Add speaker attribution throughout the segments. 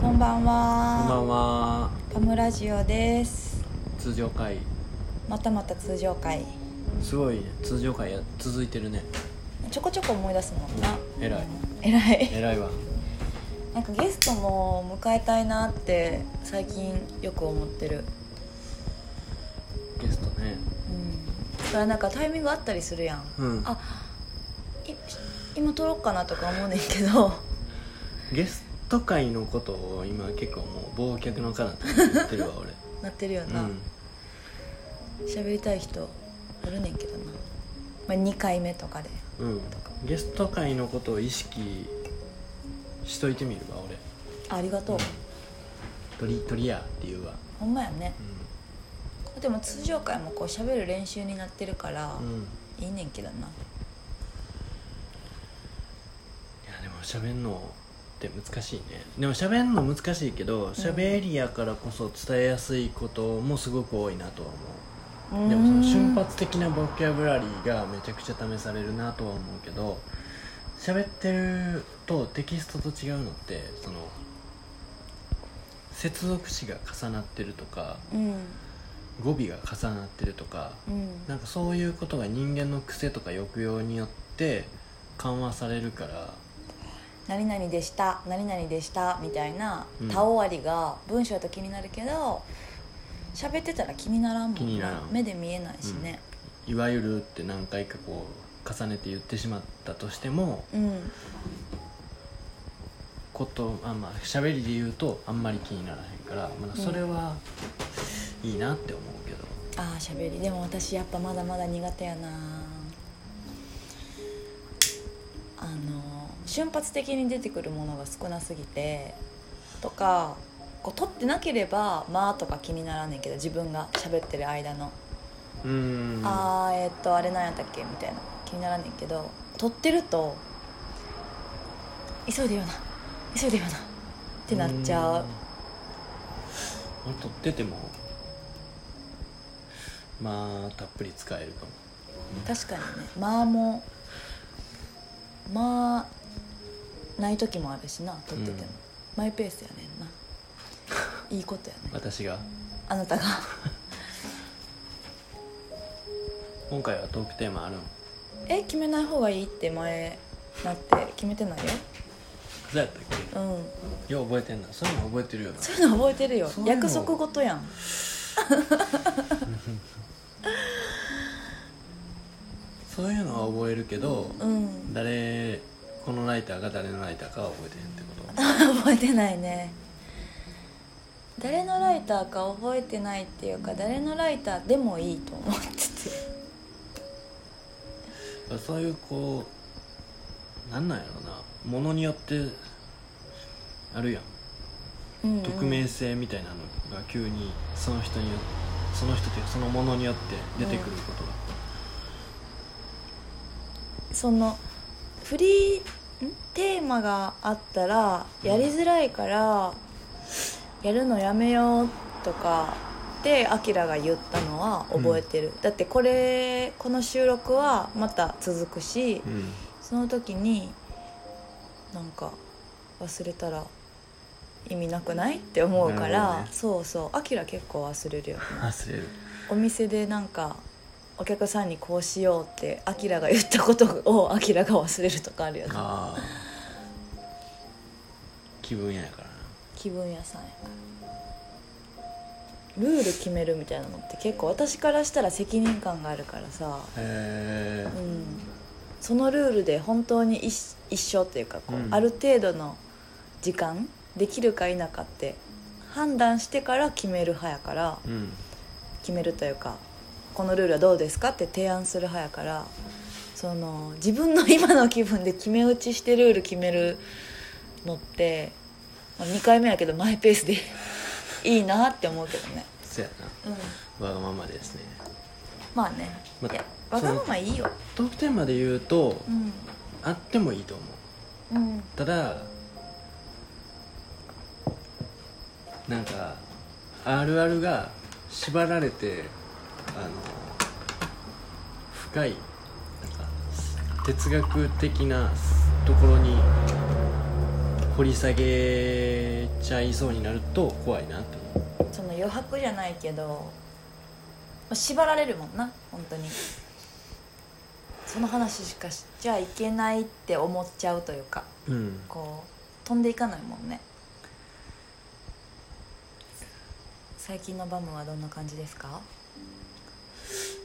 Speaker 1: こんばん
Speaker 2: こんば
Speaker 1: は。
Speaker 2: んは
Speaker 1: パムラジオです。
Speaker 2: 通常会
Speaker 1: またまた通常会。
Speaker 2: すごいね通常会や続いてるね
Speaker 1: ちょこちょこ思い出すもんな。
Speaker 2: 偉い
Speaker 1: えらい。
Speaker 2: 偉いわ
Speaker 1: なんかゲストも迎えたいなって最近よく思ってる。
Speaker 2: ゲストね
Speaker 1: うん。だからなんかタイミングあったりするやん。
Speaker 2: うん
Speaker 1: あ、い今撮ろうかなとか思うねんけど。
Speaker 2: ゲスト会のことを今結構もう忘却の彼方って言って るわ
Speaker 1: なってるよ
Speaker 2: 俺う。
Speaker 1: なん喋、りたい人おるねんけどな。まあ二回目とかで。
Speaker 2: うんゲスト会のことを意識しといてみるわ俺
Speaker 1: あありがとう。
Speaker 2: 鳥鳥やって言うわ
Speaker 1: ほんまやね。でも通常会もこう喋る練習になってるから。
Speaker 2: うん、うん、い
Speaker 1: いいねんけどな
Speaker 2: やでも喋んのって難しいねでも喋んの難しいけど喋りやからこそ伝えやすいこともすごく多いなとは思うでもその瞬発的なボキャブラリーがめちゃくちゃ試されるなとは思うけど喋ってるとテキストと違うのってその接続詞が重なってるとか
Speaker 1: うん
Speaker 2: 語尾が重なってるとか
Speaker 1: うん
Speaker 2: なんかそういうことが人間の癖とか抑揚によって緩和されるから
Speaker 1: 何々でした何々でしたみたいな
Speaker 2: うん
Speaker 1: 他終わりが文章だと気になるけど喋ってたら気にならんもん
Speaker 2: 気にならん
Speaker 1: 目で見えないしね
Speaker 2: いわゆるって何回かこう重ねて言ってしまったとしても
Speaker 1: うん、
Speaker 2: ことあまあ喋りで言うとあんまり気にならへんから、まあ、それはいいなって思うけど、
Speaker 1: ああ喋りでも私やっぱまだまだ苦手やなあの瞬発的に出てくるものが少なすぎてとかこう取ってなければ「まあ」とか気にならんねんけど自分が喋ってる間の
Speaker 2: うーん
Speaker 1: あーえーっとあれなんやったっけみたいな気にならんねんけど撮ってると急いでよな急いでよなってなっちゃう
Speaker 2: うん撮っててもまあたっぷり使えるかも
Speaker 1: 確かにねまあもまあない時もあるしな撮ってても、
Speaker 2: うん
Speaker 1: マイペースやねんないいことやね
Speaker 2: 私が
Speaker 1: あなた が
Speaker 2: 今回はトークテーマあるん
Speaker 1: え決めない方がいいって前なって決めてないよ
Speaker 2: そうやったっ
Speaker 1: うん
Speaker 2: けよう覚えてんなそういうの覚えてるよな
Speaker 1: そういうの覚えてるよ
Speaker 2: そういうの
Speaker 1: 約束事やん
Speaker 2: そういうのは覚えるけど、
Speaker 1: うん
Speaker 2: 誰このライターが誰のライターかは覚えてへんってこと
Speaker 1: 覚えてないね誰のライターか覚えてないっていうか誰のライターでもいいと思ってて
Speaker 2: そういうこうなんなんやろなものによってあるや
Speaker 1: う
Speaker 2: ん
Speaker 1: んうん
Speaker 2: 匿名性みたいなのが急にその人によその人というかそのものによって出てくることが、
Speaker 1: そのフリーんテーマがあったらやりづらいからやるのやめようとかってアキラが言ったのは覚えてる、だってこれこの収録はまた続くし、
Speaker 2: うん
Speaker 1: その時になんか忘れたら意味なくないって思うか
Speaker 2: なるほ
Speaker 1: ら、
Speaker 2: どね
Speaker 1: そうそうアキラ結構忘れるよね
Speaker 2: 忘れる
Speaker 1: お店でなんかお客さんにこうしようってアキラが言ったことをアキラが忘れるとかあるよね
Speaker 2: ああ気分屋やからな
Speaker 1: 気分屋さんやからルール決めるみたいなのって結構私からしたら責任感があるからさ、
Speaker 2: へ
Speaker 1: う
Speaker 2: え
Speaker 1: ん、そのルールで本当に一一生っていうかこう、
Speaker 2: うん
Speaker 1: ある程度の時間できるか否かって判断してから決める派やから
Speaker 2: うん
Speaker 1: 決めるというかこのルールはどうですかって提案する派やからその自分の今の気分で決め打ちしてルール決めるのって、ま2回目やけどマイペースでいいなって思うけどね、
Speaker 2: そや
Speaker 1: うん、
Speaker 2: なわがままですね
Speaker 1: まあね、
Speaker 2: ま
Speaker 1: いや
Speaker 2: そ
Speaker 1: わ
Speaker 2: の
Speaker 1: がままいいよ、
Speaker 2: トークテーマで言うと、
Speaker 1: うん
Speaker 2: あってもいいと思う
Speaker 1: うん、
Speaker 2: ただなんかあるあるが縛られてあの深いなんか哲学的なところに掘り下げっちゃいそうになると怖いなって思う
Speaker 1: その余白じゃないけど、まあ縛られるもんな本当にその話しかしちゃいけないって思っちゃうというか
Speaker 2: うん
Speaker 1: こう飛んでいかないもんね最近のバムはどんな感じですか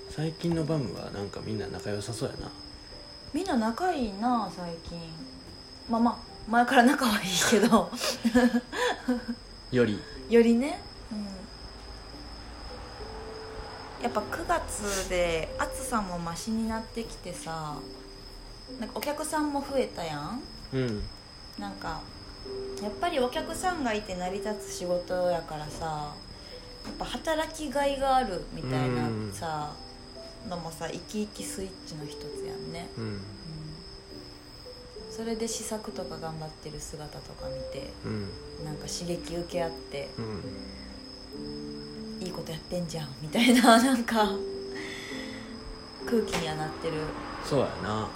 Speaker 2: 最近のバムはなんかみんな仲良さそうやな
Speaker 1: みんな仲いいな最近まあまあ前から仲はいいけど
Speaker 2: より
Speaker 1: よりね、うん、やっぱ9月で暑さもマシになってきてさなんかお客さんも増えたやん
Speaker 2: うん
Speaker 1: なんかやっぱりお客さんがいて成り立つ仕事やからさやっぱ働きがいがあるみたいな
Speaker 2: うん
Speaker 1: さ、のもさ生き生きスイッチの一つやんね、
Speaker 2: うん
Speaker 1: うんそれで試作とか頑張ってる姿とか見て
Speaker 2: うん
Speaker 1: なんか刺激受け合って
Speaker 2: うん
Speaker 1: いいことやってんじゃんみたいな なんか空気にはなってるうん
Speaker 2: そうやな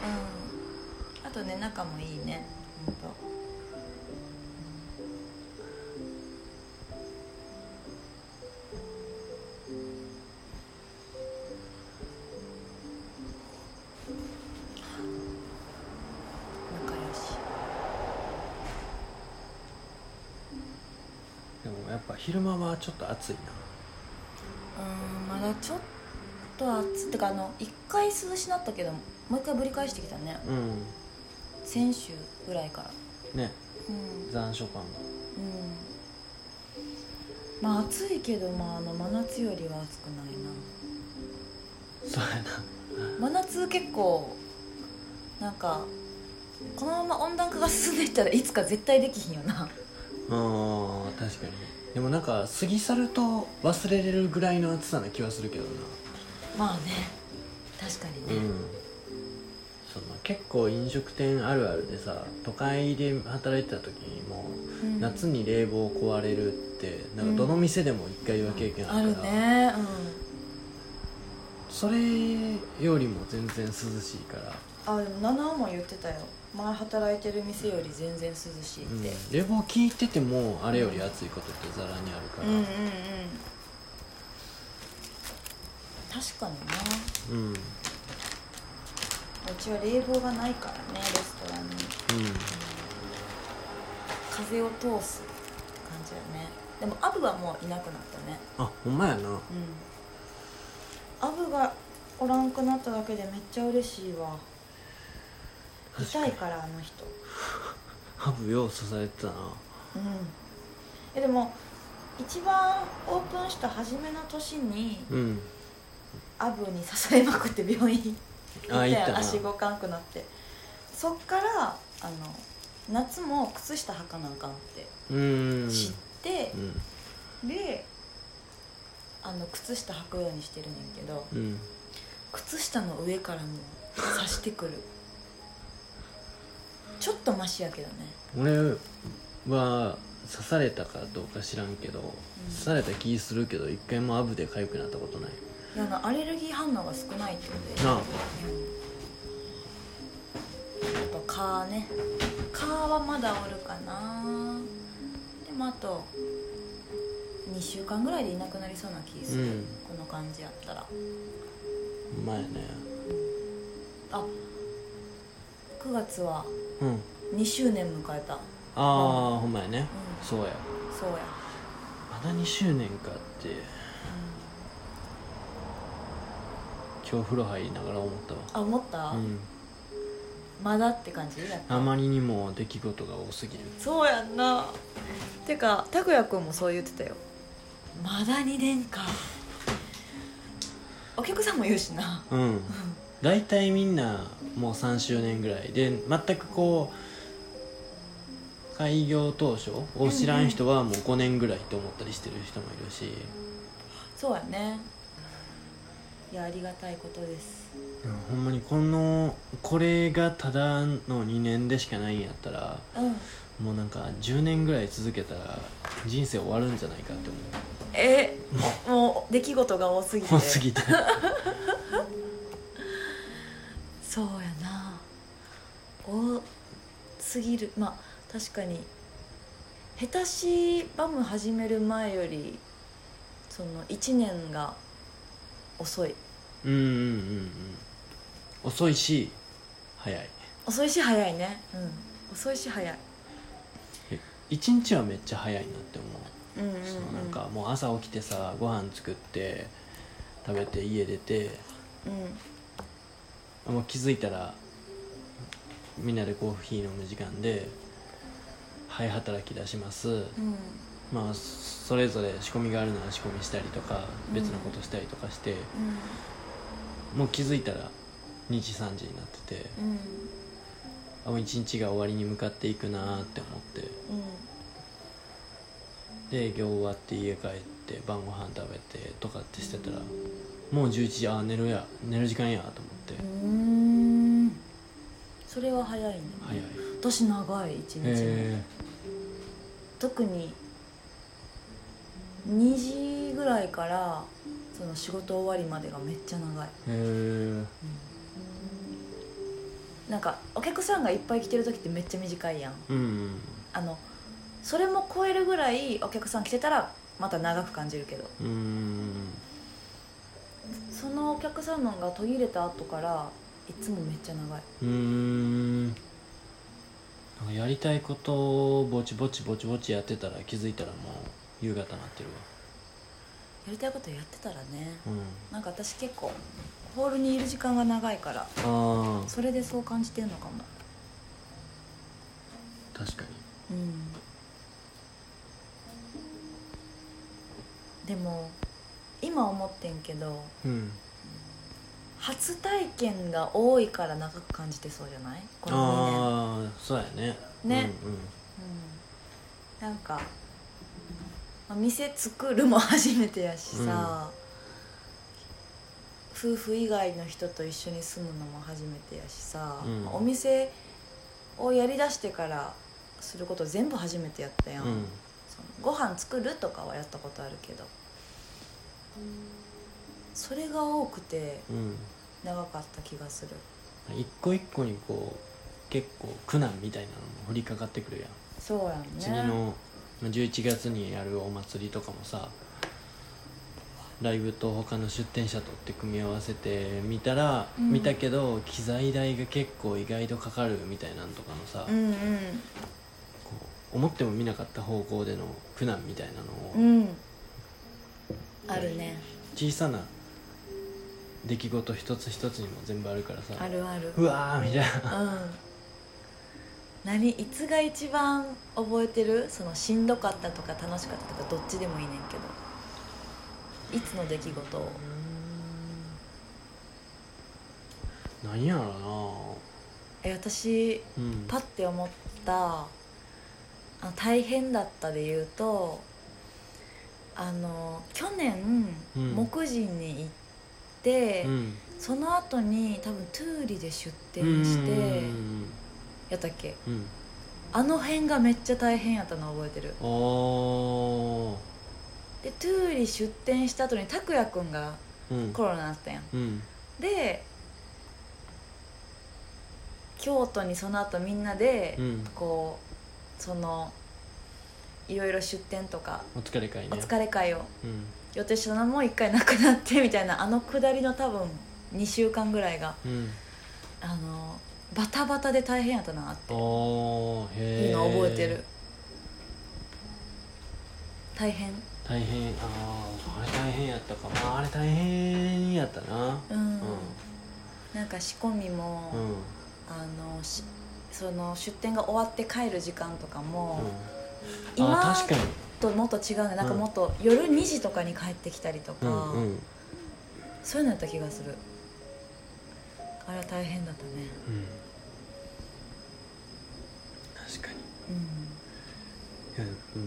Speaker 1: あとね仲もいいねほんと仲良し
Speaker 2: でもやっぱ昼間はちょっと暑いな
Speaker 1: うんまだちょっと暑ってかあの1回涼しなったけどもう一回ぶり返してきたね
Speaker 2: うん
Speaker 1: 先週ぐらいから
Speaker 2: ね
Speaker 1: うん、うん、
Speaker 2: 残暑感が
Speaker 1: まあ暑いけど、まあ、あの真夏よりは暑くない
Speaker 2: そうやな
Speaker 1: な真夏結構なんかこのまま温暖化が進んでいったらいつか絶対できひんよな
Speaker 2: うん確かにでもなんか過ぎ去ると忘れれるぐらいの暑さな気はするけどな
Speaker 1: まあね確かに
Speaker 2: う
Speaker 1: ね、
Speaker 2: んその結構飲食店あるあるでさ都会で働いてた時にも
Speaker 1: うん
Speaker 2: 夏に冷房壊れるってなんかどの店でも一回は経験あ
Speaker 1: あ
Speaker 2: る
Speaker 1: る
Speaker 2: から、
Speaker 1: ね
Speaker 2: それよりも全然涼しいから、
Speaker 1: うんあでも七尾も言ってたよ前働いてる店より全然涼しい
Speaker 2: うん
Speaker 1: って、
Speaker 2: 冷房効いててもあれより暑いことってざらにあるか
Speaker 1: うん
Speaker 2: ら
Speaker 1: うんうん確かにな
Speaker 2: うんうん
Speaker 1: うちは冷房がないからねレストランに風を通すって感じだねでもアブはもういなくなったね
Speaker 2: あほんまやな
Speaker 1: うんアブがおらんくなっただけでめっちゃ嬉しいわ痛いからあの人
Speaker 2: ハブよう支えてたな
Speaker 1: うんえでも一番オープンした初めの年に
Speaker 2: うん
Speaker 1: アブに支えまくって病院
Speaker 2: あ
Speaker 1: 行っ
Speaker 2: 行ったた
Speaker 1: よ
Speaker 2: な
Speaker 1: 足動かんくなってそっからあの夏も靴下履かなあかんって
Speaker 2: うん
Speaker 1: 知って
Speaker 2: う、ん
Speaker 1: であの靴下履くようにしてるねんけど
Speaker 2: うん
Speaker 1: 靴下の上からも刺してくるちょっとマシやけどね
Speaker 2: 俺は刺されたかどうか知らんけど、刺された気するけど一回もアブで痒くなったことない
Speaker 1: いやあのアレルギー反応が少ないってことで
Speaker 2: なあ
Speaker 1: あと蚊ね蚊はまだおるかなでもあと2週間ぐらいでいなくなりそうな気する、
Speaker 2: うん
Speaker 1: この感じやったら
Speaker 2: ほんまやね
Speaker 1: あ9月は
Speaker 2: うん
Speaker 1: 2周年迎えたうん
Speaker 2: ああ、ほんまやねそうや
Speaker 1: そうや、
Speaker 2: まだ2周年かって今日風呂入りながら思っ
Speaker 1: あ思ったた、
Speaker 2: わうん
Speaker 1: まだって感じやっぱ
Speaker 2: あまりにも出来事が多すぎる
Speaker 1: そうやんなてか拓也君もそう言ってたよまだ2年かお客さんも言うしな
Speaker 2: うん大体みんなもう3周年ぐらいで全くこう開業当初を知らん人はもう5年ぐらいと思ったりしてる人もいるし、
Speaker 1: そうやねいやありがたいことです
Speaker 2: でもほんまにこのこれがただの2年でしかないんやったら
Speaker 1: うん
Speaker 2: もうなんか10年ぐらい続けたら人生終わるんじゃないかって思
Speaker 1: えもう出来事が多すぎて
Speaker 2: う多す ぎて
Speaker 1: そうやな多すぎるまあ確かに下手しバム始める前よりその1年が遅い
Speaker 2: うんうんうんうん遅いし早い
Speaker 1: 遅いし早いねうん遅いし早い
Speaker 2: 一日はめっちゃ早いなって思う,、
Speaker 1: うんうん、うん、
Speaker 2: そのなんかもう朝起きてさご飯作って食べて家出て
Speaker 1: う
Speaker 2: もう気づいたらみんなでコーヒー飲む時間ではい働き出します
Speaker 1: んうん
Speaker 2: まあそれぞれ仕込みがあるなら仕込みしたりとか
Speaker 1: うん
Speaker 2: 別のことしたりとかして、
Speaker 1: うん
Speaker 2: もう気づいたら2時3時になってて
Speaker 1: うん
Speaker 2: あもう一日が終わりに向かっていくなーって思ってで営業終わって家帰って晩ご飯食べてとかってしてたらもう11時あー寝るや寝る時間やと思って、
Speaker 1: うんうーんそれは早いね
Speaker 2: 早い
Speaker 1: 私長い一日
Speaker 2: へ
Speaker 1: も、
Speaker 2: え
Speaker 1: 特に2時ぐらいからその仕事終わりまでがめっちゃ長い
Speaker 2: へえ
Speaker 1: なんかお客さんがいっぱい来てる時ってめっちゃ短いやん
Speaker 2: うんうん
Speaker 1: あのそれも超えるぐらいお客さん来てたらまた長く感じるけど
Speaker 2: うーん
Speaker 1: そのお客様が途切れた後からいつもめっちゃ長いう
Speaker 2: ーんなんかやりたいことをぼちぼちぼちぼちやってたら気づいたらもう夕方なってる
Speaker 1: やりたいことやってたらね
Speaker 2: わうん
Speaker 1: なんか私結構ホールにいる時間が長いから
Speaker 2: あ
Speaker 1: それでそう感じてるのかも
Speaker 2: あ確かに
Speaker 1: うんでも今思ってんけど
Speaker 2: うん
Speaker 1: 初体験が多いから長く感じてそうじゃないこの2年
Speaker 2: ああそうやね
Speaker 1: ねうん、なんか、まあ店作るも初めてやしさ、夫婦以外の人と一緒に住むのも初めてやしさ、
Speaker 2: うん
Speaker 1: まあお店をやりだしてからすること全部初めてやったや、
Speaker 2: うんん、うん
Speaker 1: そのご飯作るとかはやったことあるけどそれが多くて
Speaker 2: うん
Speaker 1: 長かった気がする
Speaker 2: 一個一個にこう結構苦難みたいなのも降りかかってくるやん
Speaker 1: そうやんね
Speaker 2: 次のまあ11月にやるお祭りとかもさライブと他の出店者とって組み合わせてみたら、
Speaker 1: うん
Speaker 2: 見たけど機材代が結構意外とかかるみたいなんとかのさ、
Speaker 1: う
Speaker 2: こ
Speaker 1: ん
Speaker 2: う思っても見なかった方向での苦難みたいな
Speaker 1: う
Speaker 2: のを、
Speaker 1: んうんあるね
Speaker 2: 小さな出来事一つ一つにも全部あるからさ
Speaker 1: あるある
Speaker 2: うわーみたいな
Speaker 1: うん何いつが一番覚えてるそのしんどかったとか楽しかったとかどっちでもいいねんけどいつの出来事を
Speaker 2: なんやろ
Speaker 1: え私
Speaker 2: なうん
Speaker 1: パッて思ったあの大変だったで言うとあの去年、
Speaker 2: うん
Speaker 1: 木神に行って、
Speaker 2: うん
Speaker 1: その後に多分トゥーリで出店して
Speaker 2: うん
Speaker 1: やったっけ
Speaker 2: うんうん
Speaker 1: あの辺がめっちゃ大変やったの覚えてる
Speaker 2: おー
Speaker 1: でトゥーリ出店した後に拓也くんが
Speaker 2: うん
Speaker 1: コロナになったやん
Speaker 2: うん
Speaker 1: で京都にその後みんなで、
Speaker 2: うん
Speaker 1: こうそのいろいろ出店とか
Speaker 2: お疲れ会ね
Speaker 1: お疲れ会を
Speaker 2: うん
Speaker 1: 予定したのも一回なくなってみたいなあの下りの多分2週間ぐらいが
Speaker 2: うん
Speaker 1: あのバタバタで大変やったなって
Speaker 2: おーへえ
Speaker 1: いうのを覚えてる大変
Speaker 2: 大変あああれ大変やったかまああれ大変やったな
Speaker 1: うん、
Speaker 2: うん
Speaker 1: なんか仕込みも、
Speaker 2: うん
Speaker 1: あのしその出店が終わって帰る時間とかも、
Speaker 2: うんあ
Speaker 1: 今
Speaker 2: ー確かに
Speaker 1: ともっと違うねなんか
Speaker 2: うん
Speaker 1: もっと夜2時とかに帰ってきたりと
Speaker 2: う
Speaker 1: か、
Speaker 2: んうん
Speaker 1: そういうのやった気がするあれは大変だったね
Speaker 2: うん確かに
Speaker 1: うん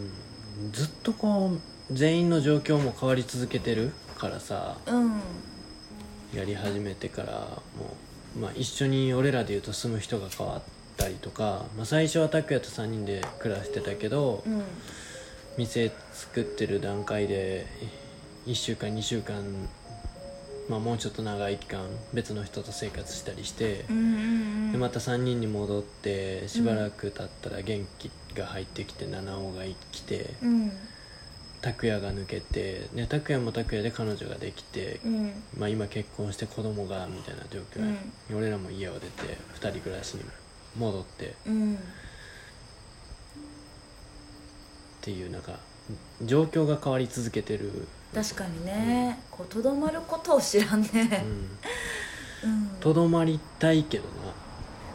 Speaker 2: うんずっとこう全員の状況も変わり続けてるからさ
Speaker 1: うん
Speaker 2: やり始めてからもう、まあ、一緒に俺らでいうと住む人が変わったりとか、まあ、最初は拓也と3人で暮らしてたけど、
Speaker 1: うん
Speaker 2: 店作ってる段階で1週間2週間まあ、もうちょっと長い期間別の人と生活したりして、
Speaker 1: うんうんう
Speaker 2: で
Speaker 1: ん
Speaker 2: また3人に戻ってしばらく経ったら元気が入ってきて七尾が来て
Speaker 1: うん
Speaker 2: 拓也が抜けてで拓也も拓也で彼女ができて、
Speaker 1: うん
Speaker 2: まあ、今結婚して子供がみたいな状況や、俺らも家を出て2人暮らしに戻ってっ
Speaker 1: うん
Speaker 2: ていうなんか状況が変わり続けてる、
Speaker 1: 確かにねこうとどまることを知らんね
Speaker 2: うん
Speaker 1: うん
Speaker 2: とどまりたいけどな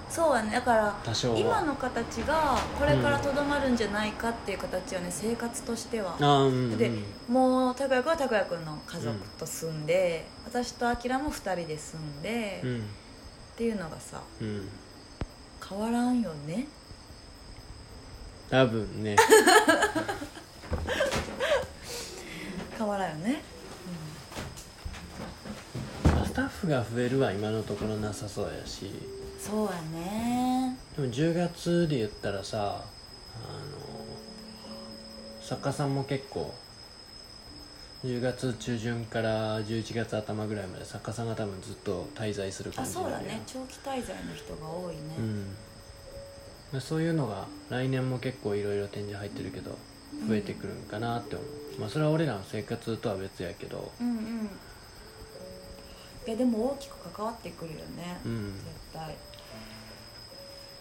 Speaker 1: そうやねだから
Speaker 2: 多少は
Speaker 1: 今の形がこれからとどまるんじゃないかっていう形よね生活としては
Speaker 2: あーうん
Speaker 1: で
Speaker 2: うん
Speaker 1: もう拓哉君は拓哉君の家族と住んで、私とあきらも2人で住んで、
Speaker 2: う
Speaker 1: っ
Speaker 2: ん
Speaker 1: ていうのがさ
Speaker 2: うん
Speaker 1: 変わらんよね
Speaker 2: 多分 ね
Speaker 1: 変わらんよね
Speaker 2: スタッフが増えるは今のところなさそうやし
Speaker 1: そうやね
Speaker 2: でも10月で言ったらさあの作家さんも結構10月中旬から11月頭ぐらいまで作家さんが多分ずっと滞在する
Speaker 1: あ
Speaker 2: 感じ
Speaker 1: そうだ
Speaker 2: なんや
Speaker 1: ね長期滞在の人が多いね、
Speaker 2: うんまあそういうのが来年も結構いろいろ展示入ってるけど増えてくるんかなって思う、まあそれは俺らの生活とは別やけど
Speaker 1: うんうんいやでも大きく関わってくるよね、
Speaker 2: うん
Speaker 1: 絶対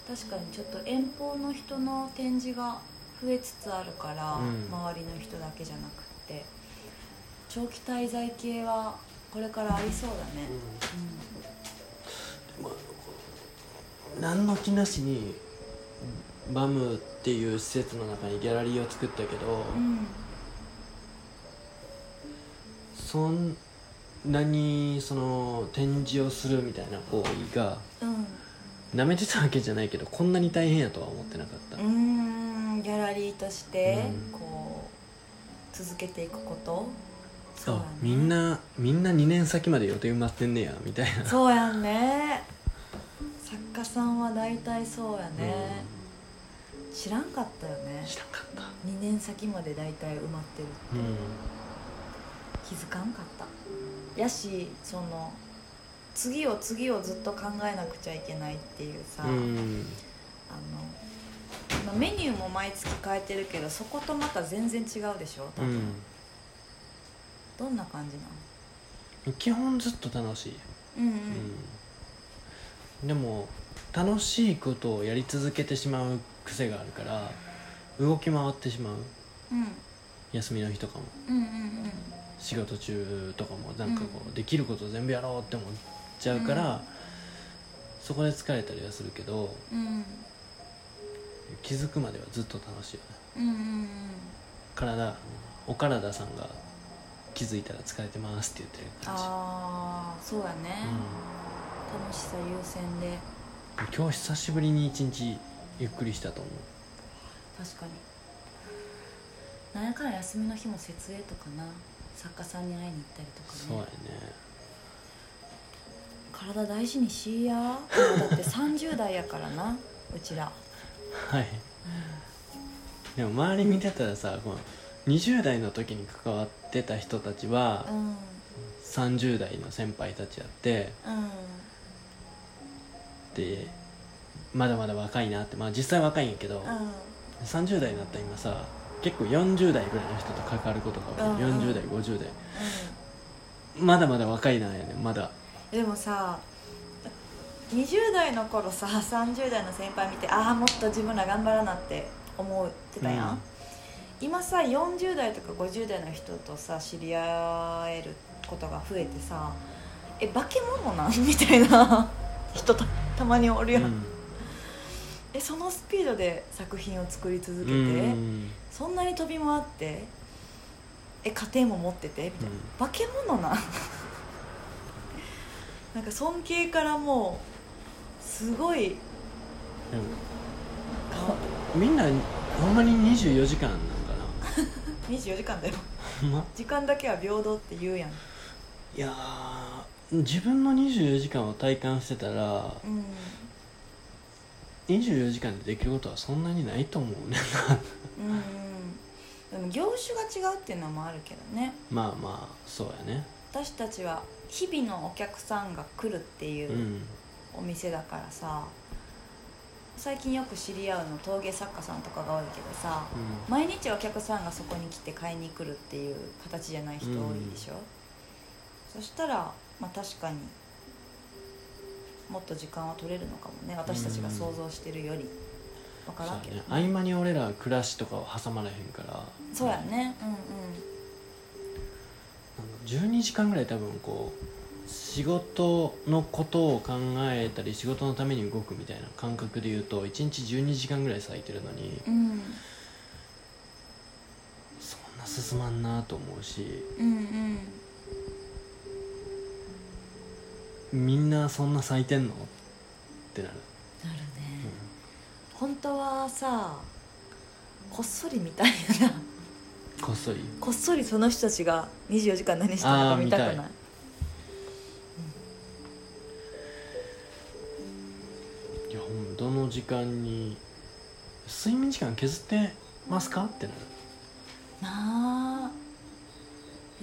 Speaker 1: 確かにちょっと遠方の人の展示が増えつつあるから、
Speaker 2: うん
Speaker 1: 周りの人だけじゃなくって長期滞在系はこれからありそうだね、
Speaker 2: 何の気なしにバムっていう施設の中にギャラリーを作ったけど、
Speaker 1: うん
Speaker 2: そんなにその展示をするみたいな行為が
Speaker 1: うん
Speaker 2: なめてたわけじゃないけどこんなに大変やとは思ってなかった、
Speaker 1: うんギャラリーとして
Speaker 2: うん
Speaker 1: こう続けていくことそうや
Speaker 2: あ
Speaker 1: ね
Speaker 2: みんなみんな2年先まで予定埋まってんねやみたいな
Speaker 1: そうやんね作家さんは大体そうやね、知らんかったよね
Speaker 2: 知らんかった
Speaker 1: 2年先まで大体埋まってる
Speaker 2: うん
Speaker 1: 気づかんかったやしその次を次をずっと考えなくちゃいけないっていうさ、
Speaker 2: う
Speaker 1: あ
Speaker 2: ん
Speaker 1: のまあメニューも毎月変えてるけどそことまた全然違うでしょ、多
Speaker 2: う
Speaker 1: 分
Speaker 2: ん
Speaker 1: どんな感じなの
Speaker 2: 基本ずっと楽しい
Speaker 1: うんうん
Speaker 2: うん、でも楽しいことをやり続けてしまう癖があるから動き回ってしまう
Speaker 1: うん
Speaker 2: 休みの日とかも
Speaker 1: うんうん
Speaker 2: 仕事中とかもなんかこう、できること全部やろうって思っちゃうから、
Speaker 1: うん
Speaker 2: そこで疲れたりはするけど
Speaker 1: うんうん
Speaker 2: 気づくまではずっと楽しいよね
Speaker 1: うんうんうん
Speaker 2: 体お体さんが気づいたら疲れてますって言ってる感じ
Speaker 1: ああそうやね、楽しさ優先で
Speaker 2: うん、今日久しぶりに一日ゆっくりしたと思う
Speaker 1: 確かになんやかんや休みの日も設営とかな作家さんに会いに行ったり
Speaker 2: そう
Speaker 1: と
Speaker 2: や
Speaker 1: か
Speaker 2: ね
Speaker 1: ね体大事にしいやもうだって30代やからなうちら
Speaker 2: はいでも周り見てたらさこの20代の時に関わってた人たちは
Speaker 1: うんうん
Speaker 2: 30代の先輩たちやってでまだまだ若いなってまあ実際若いんやけど、30代になった今さ結構40代ぐらいの人と関わることが多い、
Speaker 1: うんうん
Speaker 2: 40代50代まだまだ若いなんやねまだ
Speaker 1: うんでもさ20代の頃さ30代の 先輩見てああもっと自分ら頑張らなって思ってたやん、
Speaker 2: うん
Speaker 1: 今さ40代とか50代の人とさ知り合えることが増えてさえ化け物なんみたいな 人たたまにおる
Speaker 2: う
Speaker 1: や
Speaker 2: ん
Speaker 1: ん、えそのスピードで作品を作り続けて、
Speaker 2: うん
Speaker 1: そんなに飛び回ってえ家庭も持っててみたいな、
Speaker 2: う
Speaker 1: 化
Speaker 2: ん
Speaker 1: け物なん なんか尊敬からもうすごい
Speaker 2: でもみんなほんまに24時間なんかな
Speaker 1: 24時間だよ
Speaker 2: ほん ま
Speaker 1: 時間だけは平等って言うやん
Speaker 2: いやー自分の24時間を体感してたら
Speaker 1: うん
Speaker 2: 24時間でできることはそんな にないと思うね
Speaker 1: うんうんでも業種が違うっていうのもあるけどね
Speaker 2: まあまあそうやね
Speaker 1: 私たちは日々のお客さんが来るっていうううんお店だからさ、最近よく知り合うの陶芸作家さんとかが多いけどさ毎日お客さんがそこに来て買いに来るっていう形じゃない人多いでしょ、そしたらまあ確かにもっと時間は取れるのかもね私たちが想像してるより分からんけど
Speaker 2: そうやね合間に俺ら暮らしとかを挟まれへんから
Speaker 1: そうやねうん
Speaker 2: なんか12時間ぐらい多分こう仕事のことを考えたり仕事のために動くみたいな感覚で言うと1日12時間ぐらい割いてるのに
Speaker 1: うんうん
Speaker 2: そんな進まんなと思うし
Speaker 1: うんうん
Speaker 2: みんなそんな咲いてんのってなる、
Speaker 1: なるね
Speaker 2: うん、
Speaker 1: 本当はさこっそり見たいよな
Speaker 2: こっそり
Speaker 1: こっそりその人たちが24時間何してるの
Speaker 2: あ
Speaker 1: か
Speaker 2: ー
Speaker 1: 見たくない
Speaker 2: 見たいいやほんまどの時間に睡眠時間削ってますかってなる
Speaker 1: なあ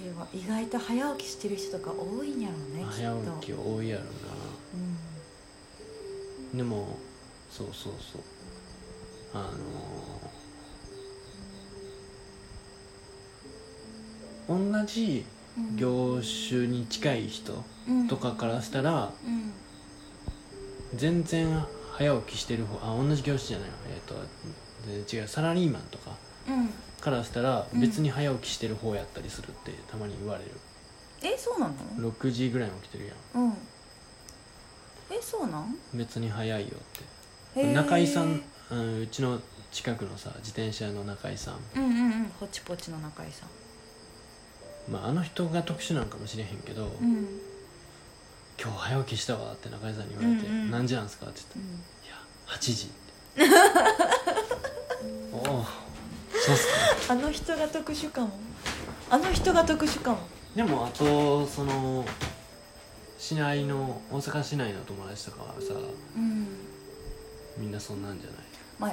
Speaker 1: でも意外と早起きしてる人とか多いんやろうねきっ
Speaker 2: 早
Speaker 1: と
Speaker 2: 起き多いやろ
Speaker 1: うん
Speaker 2: なでもそうそうそうあのー同じ
Speaker 1: うん
Speaker 2: 業種に近い人とかからしたら
Speaker 1: うん
Speaker 2: 全然早起きしてる方あ同じ業種じゃないわえっ、と全然違うサラリーマンとか
Speaker 1: うん
Speaker 2: からしたら
Speaker 1: うん
Speaker 2: 別に早起きしてる方やったりするってたまに言われる、
Speaker 1: えそうなの
Speaker 2: 6時ぐらいに起きてるやん
Speaker 1: うんえそうなん
Speaker 2: 別に早いよって
Speaker 1: へー
Speaker 2: 中居さんあのうちの近くのさ自転車の中居さん、
Speaker 1: うんうんうんホチポチの中居さん
Speaker 2: まあ、あの人が特殊なんかもしれへんけど、
Speaker 1: うんうん
Speaker 2: 今日早起きしたわって中居さんに言われて「
Speaker 1: うんうん
Speaker 2: 何時なんすか?」って言って「いや8時」って おおそうっす
Speaker 1: あ
Speaker 2: か
Speaker 1: の人が特殊かもあの人が特殊かも
Speaker 2: でもあとその市内の大阪市内の友達とかはさ
Speaker 1: うん
Speaker 2: みんなそんなんじゃない
Speaker 1: まあ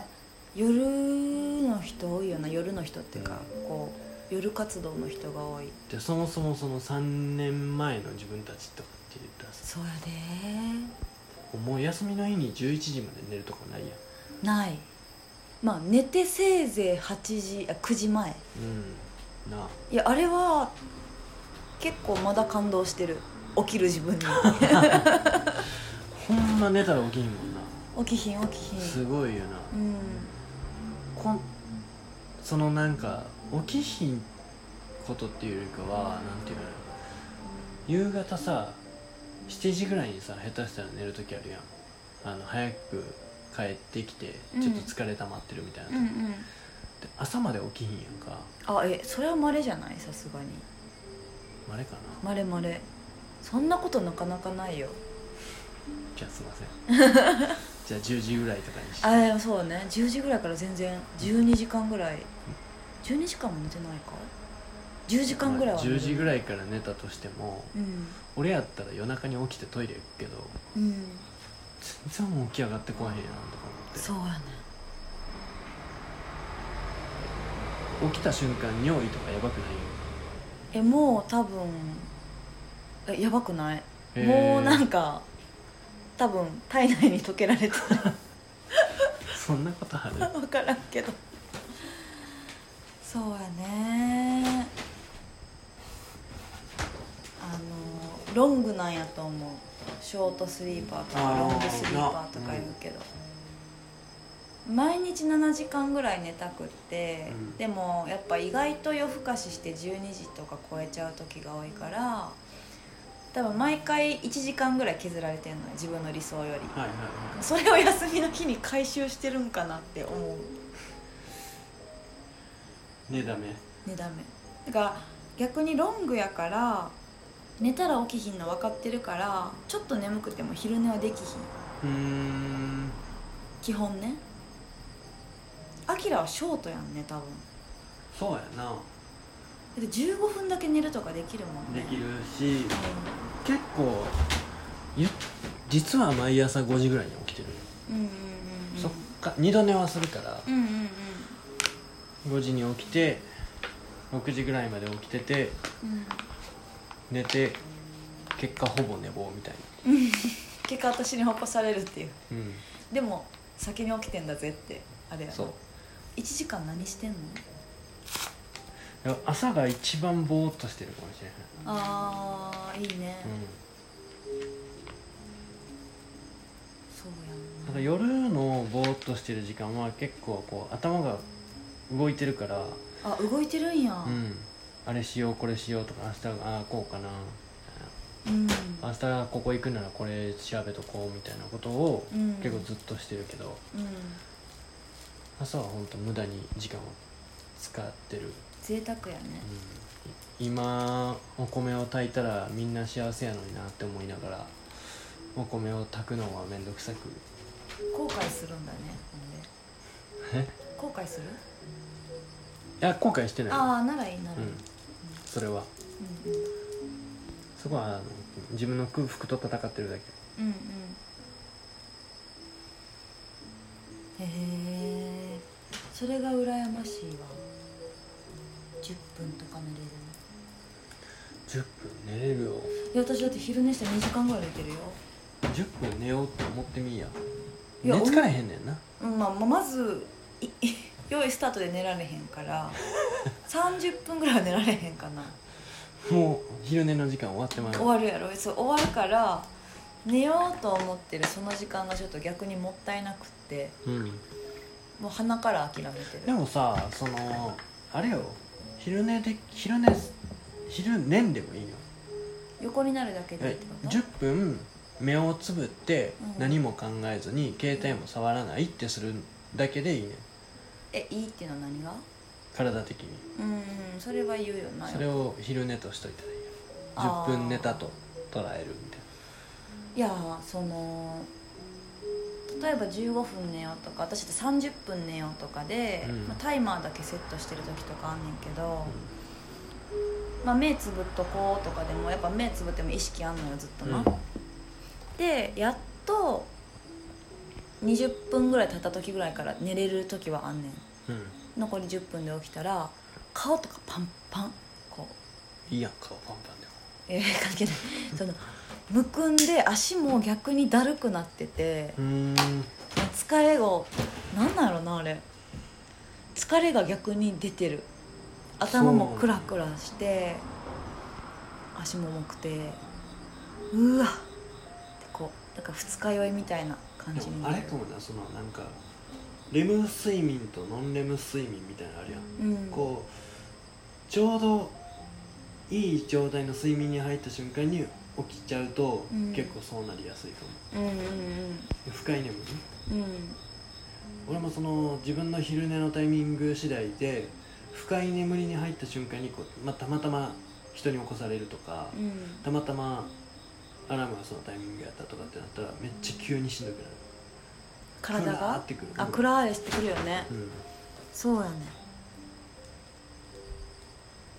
Speaker 1: 夜の人多いよな夜の人っていうか、こう夜活動の人が多い
Speaker 2: でそもそもその3年前の自分たちとかって言ったらさ
Speaker 1: そうやで
Speaker 2: もう休みの日に11時まで寝るとかないやん
Speaker 1: ないまあ寝てせいぜい8時あ9時前
Speaker 2: うんなあ
Speaker 1: いやあれは結構まだ感動してる起きる自 分に
Speaker 2: ほんま寝たら起きひんもんな、
Speaker 1: 起きひん起きひ
Speaker 2: す
Speaker 1: ん
Speaker 2: ごいよな、
Speaker 1: うん
Speaker 2: こんそのなんか起きひんことっていうよりかはなんていうの夕方さ7時ぐらいにさ下手したら寝る時あるやんあの早く帰ってきて
Speaker 1: うん
Speaker 2: ちょっと疲れ溜まってるみたいな、
Speaker 1: うんう
Speaker 2: で
Speaker 1: ん
Speaker 2: 朝まで起きひんやんか
Speaker 1: あえそれはまれじゃないさすがに
Speaker 2: あれかな
Speaker 1: まれまれそんなことなかなかないよ
Speaker 2: じゃあすいません じゃあ10時ぐらいとかにして
Speaker 1: あでもそうね10時ぐらいから全然12時間ぐらい12時間も寝てないか10時間ぐらいは
Speaker 2: 10時ぐ
Speaker 1: らい
Speaker 2: らいから寝たとしても
Speaker 1: うん
Speaker 2: 俺やったら夜中に起きてトイレ行くけど
Speaker 1: うん
Speaker 2: 全然もう起き上がってこわへんやんとか
Speaker 1: そうやね
Speaker 2: 思って起きた瞬間尿意とかやばくないよ
Speaker 1: えもう多分えやばくない
Speaker 2: へー
Speaker 1: もうなんか多分体内に溶けられて
Speaker 2: そんなことある
Speaker 1: る 分からんけどそうやねあのロングなんやと思うショートスリーパーとか
Speaker 2: あー
Speaker 1: ロングスリーパーとか言うけど、毎日7時間ぐらい寝たくって、
Speaker 2: うん
Speaker 1: でもやっぱ意外と夜更かしして12時とか超えちゃう時が多いから多分毎回1時間ぐらい削られてんのよ自分の理想より
Speaker 2: はいはいはい
Speaker 1: それを休みの日に回収してるんかなって思う
Speaker 2: ねえダメ
Speaker 1: ねダメだから逆にロングやから寝たら起きひんの分かってるからちょっと眠くても昼寝はできひん
Speaker 2: うーん
Speaker 1: 基本ねアキラはショートやんね多分
Speaker 2: そうやな
Speaker 1: だって15分だけ寝るとかできるもんね
Speaker 2: できるし結構ゆ実は毎朝5時ぐらいに起きてる、
Speaker 1: うんうんうんうん
Speaker 2: そっか二度寝はするから
Speaker 1: うんうんうん
Speaker 2: 5時に起きて6時ぐらいまで起きてて
Speaker 1: うん
Speaker 2: 寝て結果ほぼ寝坊みたい
Speaker 1: 結果私に起こされるっていう
Speaker 2: なうん
Speaker 1: でも先に起きてんだぜってあれや
Speaker 2: そう
Speaker 1: 1時間何してんの
Speaker 2: だから朝が一番ぼーっとしてるかもしれない
Speaker 1: あーいいね、
Speaker 2: う、
Speaker 1: そうんや
Speaker 2: なんんか夜のぼーっとしてる時間は結構こう頭が動いてるから、
Speaker 1: あ動いてるんや
Speaker 2: うん、あれしようこれしようとか明日ああこうかな
Speaker 1: うん
Speaker 2: 明日ここ行くならこれ調べとこうみたいなことを
Speaker 1: うん
Speaker 2: 結構ずっとしてるけど、
Speaker 1: うん
Speaker 2: 朝は本当無駄に時間を使ってる、
Speaker 1: 贅沢やね
Speaker 2: うん、今お米を炊いたらみんな幸せやのになって思いながらお米を炊くのは面倒くさく
Speaker 1: 後悔するんだねほん
Speaker 2: え
Speaker 1: で後悔する
Speaker 2: いや後悔してない
Speaker 1: ああならいいなら
Speaker 2: う
Speaker 1: いい、
Speaker 2: んそれは
Speaker 1: うんうん
Speaker 2: そこはあの自分の空腹と戦ってるだけ
Speaker 1: うんうんへえそれが羨ましいわ10分とか寝れる
Speaker 2: 10分寝れるよ
Speaker 1: いや私だって昼寝して2時間ぐらい寝てるよ、
Speaker 2: 10分寝ようって思ってみいや
Speaker 1: いや
Speaker 2: 寝つかれへんねんな
Speaker 1: うんまあ、まあまずい 用意スタートで寝られへんから 30分ぐらいは寝られへんかな
Speaker 2: もう昼寝の時間終わってまい
Speaker 1: 終わるやろそう終わるから寝ようと思ってるその時間がちょっと逆にもったいなくって
Speaker 2: うん
Speaker 1: もう鼻から諦めて
Speaker 2: で
Speaker 1: る
Speaker 2: もさそのあれよ昼寝で昼寝昼寝んでもいいよ
Speaker 1: 横になるだけでっ
Speaker 2: え
Speaker 1: てこと
Speaker 2: 10分目をつぶって
Speaker 1: うん
Speaker 2: 何も考えずに携帯も触らないってするだけでいいねん
Speaker 1: えいいっていうのは何が
Speaker 2: 体的に
Speaker 1: うんそれは言うよな
Speaker 2: それを昼寝としといたらいいよ10分寝たと捉えるみたいない
Speaker 1: やその例えば15分寝ようとか私って30分寝ようとかで、
Speaker 2: うん
Speaker 1: まあ、タイマーだけセットしてる時とかあんねんけど、まあ、目つぶっとこうとかでもやっぱ目つぶっても意識あんのよずっとな、
Speaker 2: うん
Speaker 1: でやっと20分ぐらい経った時ぐらいから寝れる時はあんねん
Speaker 2: うん
Speaker 1: 残り10分で起きたら顔とかパンパンこう
Speaker 2: いいやん顔パンパンでも
Speaker 1: えー、関係ないそのむくんで足も逆にだるくなってて
Speaker 2: うーん
Speaker 1: 疲れをなんなんやろなあれ疲れが逆に出てる頭もクラクラして足も重くてうわってこうなんか二日酔いみたいな感
Speaker 2: で
Speaker 1: じに
Speaker 2: も
Speaker 1: な
Speaker 2: あ
Speaker 1: る
Speaker 2: れかもなそのなんかレム睡眠とノンレム睡眠みたいなのあるやん、
Speaker 1: うん、
Speaker 2: こうちょうどいい状態の睡眠に入った瞬間に起きちゃうと、
Speaker 1: うん
Speaker 2: 結構そうなりやすいかも
Speaker 1: うんうん
Speaker 2: 深い眠り
Speaker 1: うんうん
Speaker 2: 俺もその自分の昼寝のタイミング次第で深い眠りに入った瞬間にこう、まあ、たまたま人に起こされるとか、
Speaker 1: うん
Speaker 2: たまたまアラームがそのタイミングやったとかってなったらめっちゃ急にしんどくなる
Speaker 1: 体
Speaker 2: 暗ー
Speaker 1: が
Speaker 2: ってくる
Speaker 1: あクラーレしてくるよね
Speaker 2: うん
Speaker 1: そうやね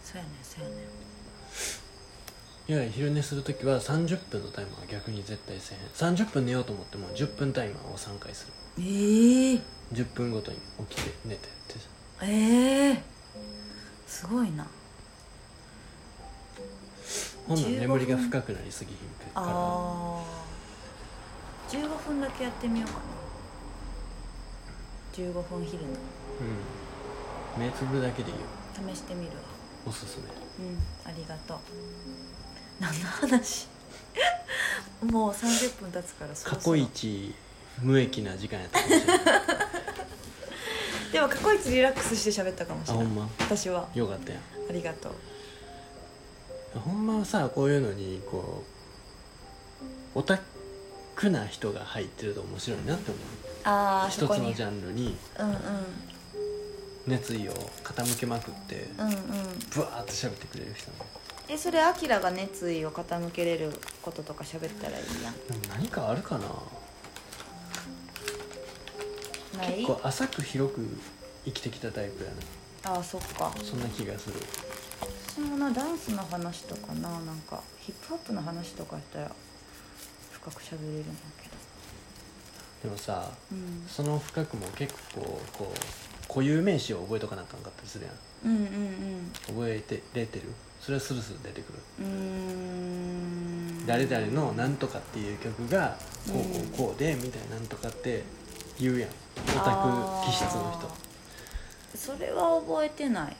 Speaker 1: そうやねそうやね
Speaker 2: いや昼寝するときは30分のタイマーは逆に絶対せえへん30分寝ようと思っても10分タイマーを3回す
Speaker 1: えー、
Speaker 2: る10分ごとに起きて寝てって
Speaker 1: えー、すごいな
Speaker 2: ほんなら
Speaker 1: 15
Speaker 2: 眠りが深くなりすぎひんか
Speaker 1: あー15分だけやってみようかな15分昼
Speaker 2: らうん目つぶだけでいいよ
Speaker 1: 寝試してみるわ
Speaker 2: おすすめ
Speaker 1: うんありがとう何の話 もう30分経つからそ
Speaker 2: 過
Speaker 1: ろそろ
Speaker 2: 去一無益な時間やったかもしれない
Speaker 1: でも過去一リラックスして喋ったかもし
Speaker 2: あ
Speaker 1: れ
Speaker 2: ほ
Speaker 1: ない
Speaker 2: んま
Speaker 1: 私は
Speaker 2: よかったやん
Speaker 1: ありがとう
Speaker 2: ほんまはさこういうのにこうオタクな人が入ってると面白いなって思う
Speaker 1: ああ
Speaker 2: 一
Speaker 1: そ
Speaker 2: つ
Speaker 1: こ
Speaker 2: の
Speaker 1: に
Speaker 2: ジャンルに
Speaker 1: うんうん
Speaker 2: 熱意を傾けまくって
Speaker 1: うんうん
Speaker 2: ブワーッと喋ってくれる人ね
Speaker 1: えそれアキラが熱意を傾けれることとか喋ったらいいやん
Speaker 2: でも何かあるかな
Speaker 1: ない
Speaker 2: 結構浅く広く生きてきたタイプやな
Speaker 1: ああそっか
Speaker 2: そんな気がする
Speaker 1: 私もなダンスの話とかななんかヒップホップの話とかしたら深く喋れるんだけど
Speaker 2: でもさ
Speaker 1: うん
Speaker 2: その深くも結構こう固有名詞を覚えとかなあかんかったりするやん
Speaker 1: うんうんうん
Speaker 2: 覚えてれてるそれはスルスル出てくる
Speaker 1: うーん
Speaker 2: 誰々の「なんとか」っていう曲がこうこうこうでみたいな「なんとか」って言うやんオタク気質の人
Speaker 1: あーそれは覚えてない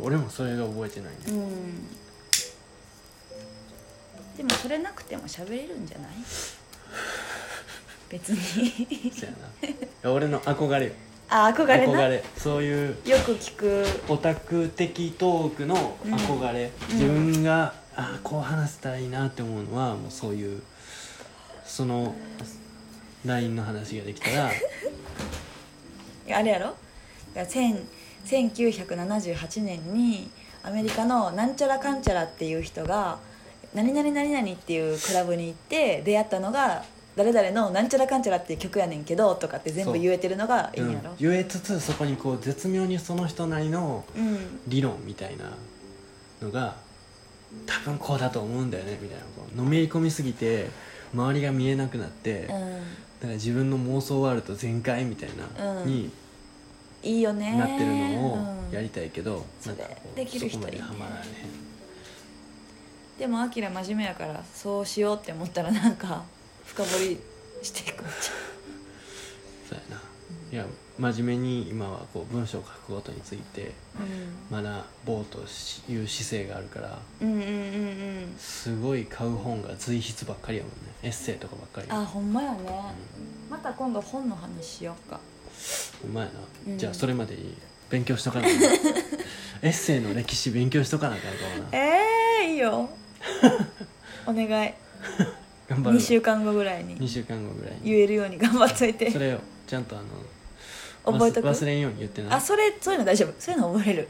Speaker 2: 俺もそれが覚えてな いね
Speaker 1: うんでもそれなくても喋れるんじ ゃない別に
Speaker 2: そやないや俺の憧れよ
Speaker 1: あ憧れな
Speaker 2: 憧れそういう
Speaker 1: よく聞く
Speaker 2: オタク的トークの憧れ、
Speaker 1: うん
Speaker 2: 自分があーこう話せたらいいなって思うのはもうそういうその LINE の話ができた ら
Speaker 1: あれやろだから1000 1978年にアメリカのなんちゃらかんちゃらっていう人が「何々何々」っていうクラブに行って出会ったのが誰々の「なんちゃらかんちゃら」っていう曲やねんけどとかって全部言えてるのがいいんや
Speaker 2: うん
Speaker 1: ろ
Speaker 2: 言えつつそこにこう絶妙にその人なりの
Speaker 1: うん
Speaker 2: 理論みたいなのが多分こうだと思うんだよねみたいなこうのめり込みすぎて周りが見えなくなって、
Speaker 1: う
Speaker 2: だか
Speaker 1: ん
Speaker 2: ら自分の妄想ワールド全開みたいな、
Speaker 1: うん
Speaker 2: に
Speaker 1: いいよね
Speaker 2: なってるのをやり
Speaker 1: うん
Speaker 2: たいけど、
Speaker 1: それ
Speaker 2: なんかこう
Speaker 1: できる人
Speaker 2: そこまで
Speaker 1: いいね
Speaker 2: はまらへん
Speaker 1: でもアキラ真面目やからそうしようって思ったらなんか深掘りしていくんちゃ
Speaker 2: そうやな、いや真面目に今はこう文章を書くことについて
Speaker 1: う、うん
Speaker 2: 学ぼうとしいう姿勢があるから
Speaker 1: うんうんうんうん
Speaker 2: すごい買う本が随筆ばっかりやもんねエッセイとかばっかり
Speaker 1: あほんまやね、また今度本の話しようか
Speaker 2: お前な、
Speaker 1: うん
Speaker 2: じゃあそれまでに勉強しとかな あかんエッセイの歴史勉強しとかなあかんかもな
Speaker 1: ええいいよ お願い
Speaker 2: 頑張る
Speaker 1: 2週間後ぐらい
Speaker 2: 2
Speaker 1: に
Speaker 2: 週間後ぐらい
Speaker 1: 言
Speaker 2: に
Speaker 1: えるように頑張っといて
Speaker 2: それをちゃんとあの
Speaker 1: 覚えとく
Speaker 2: 忘忘れんように言ってな
Speaker 1: あそれそういうの大丈夫そういうの覚える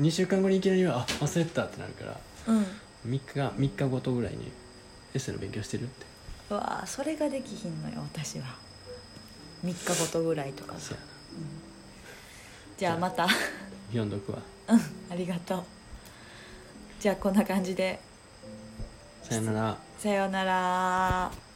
Speaker 2: 2週間後にいきなりはあ忘れてたってなるから
Speaker 1: うん
Speaker 2: 3日が3日ごとぐらいにエッセイの勉強してるって
Speaker 1: うわあそれができひんのよ私は3日ごとぐらいとか
Speaker 2: そうやな
Speaker 1: じゃあまた
Speaker 2: 読んどくわ
Speaker 1: ありがとうじゃあこんな感じで
Speaker 2: さよなら
Speaker 1: さようなら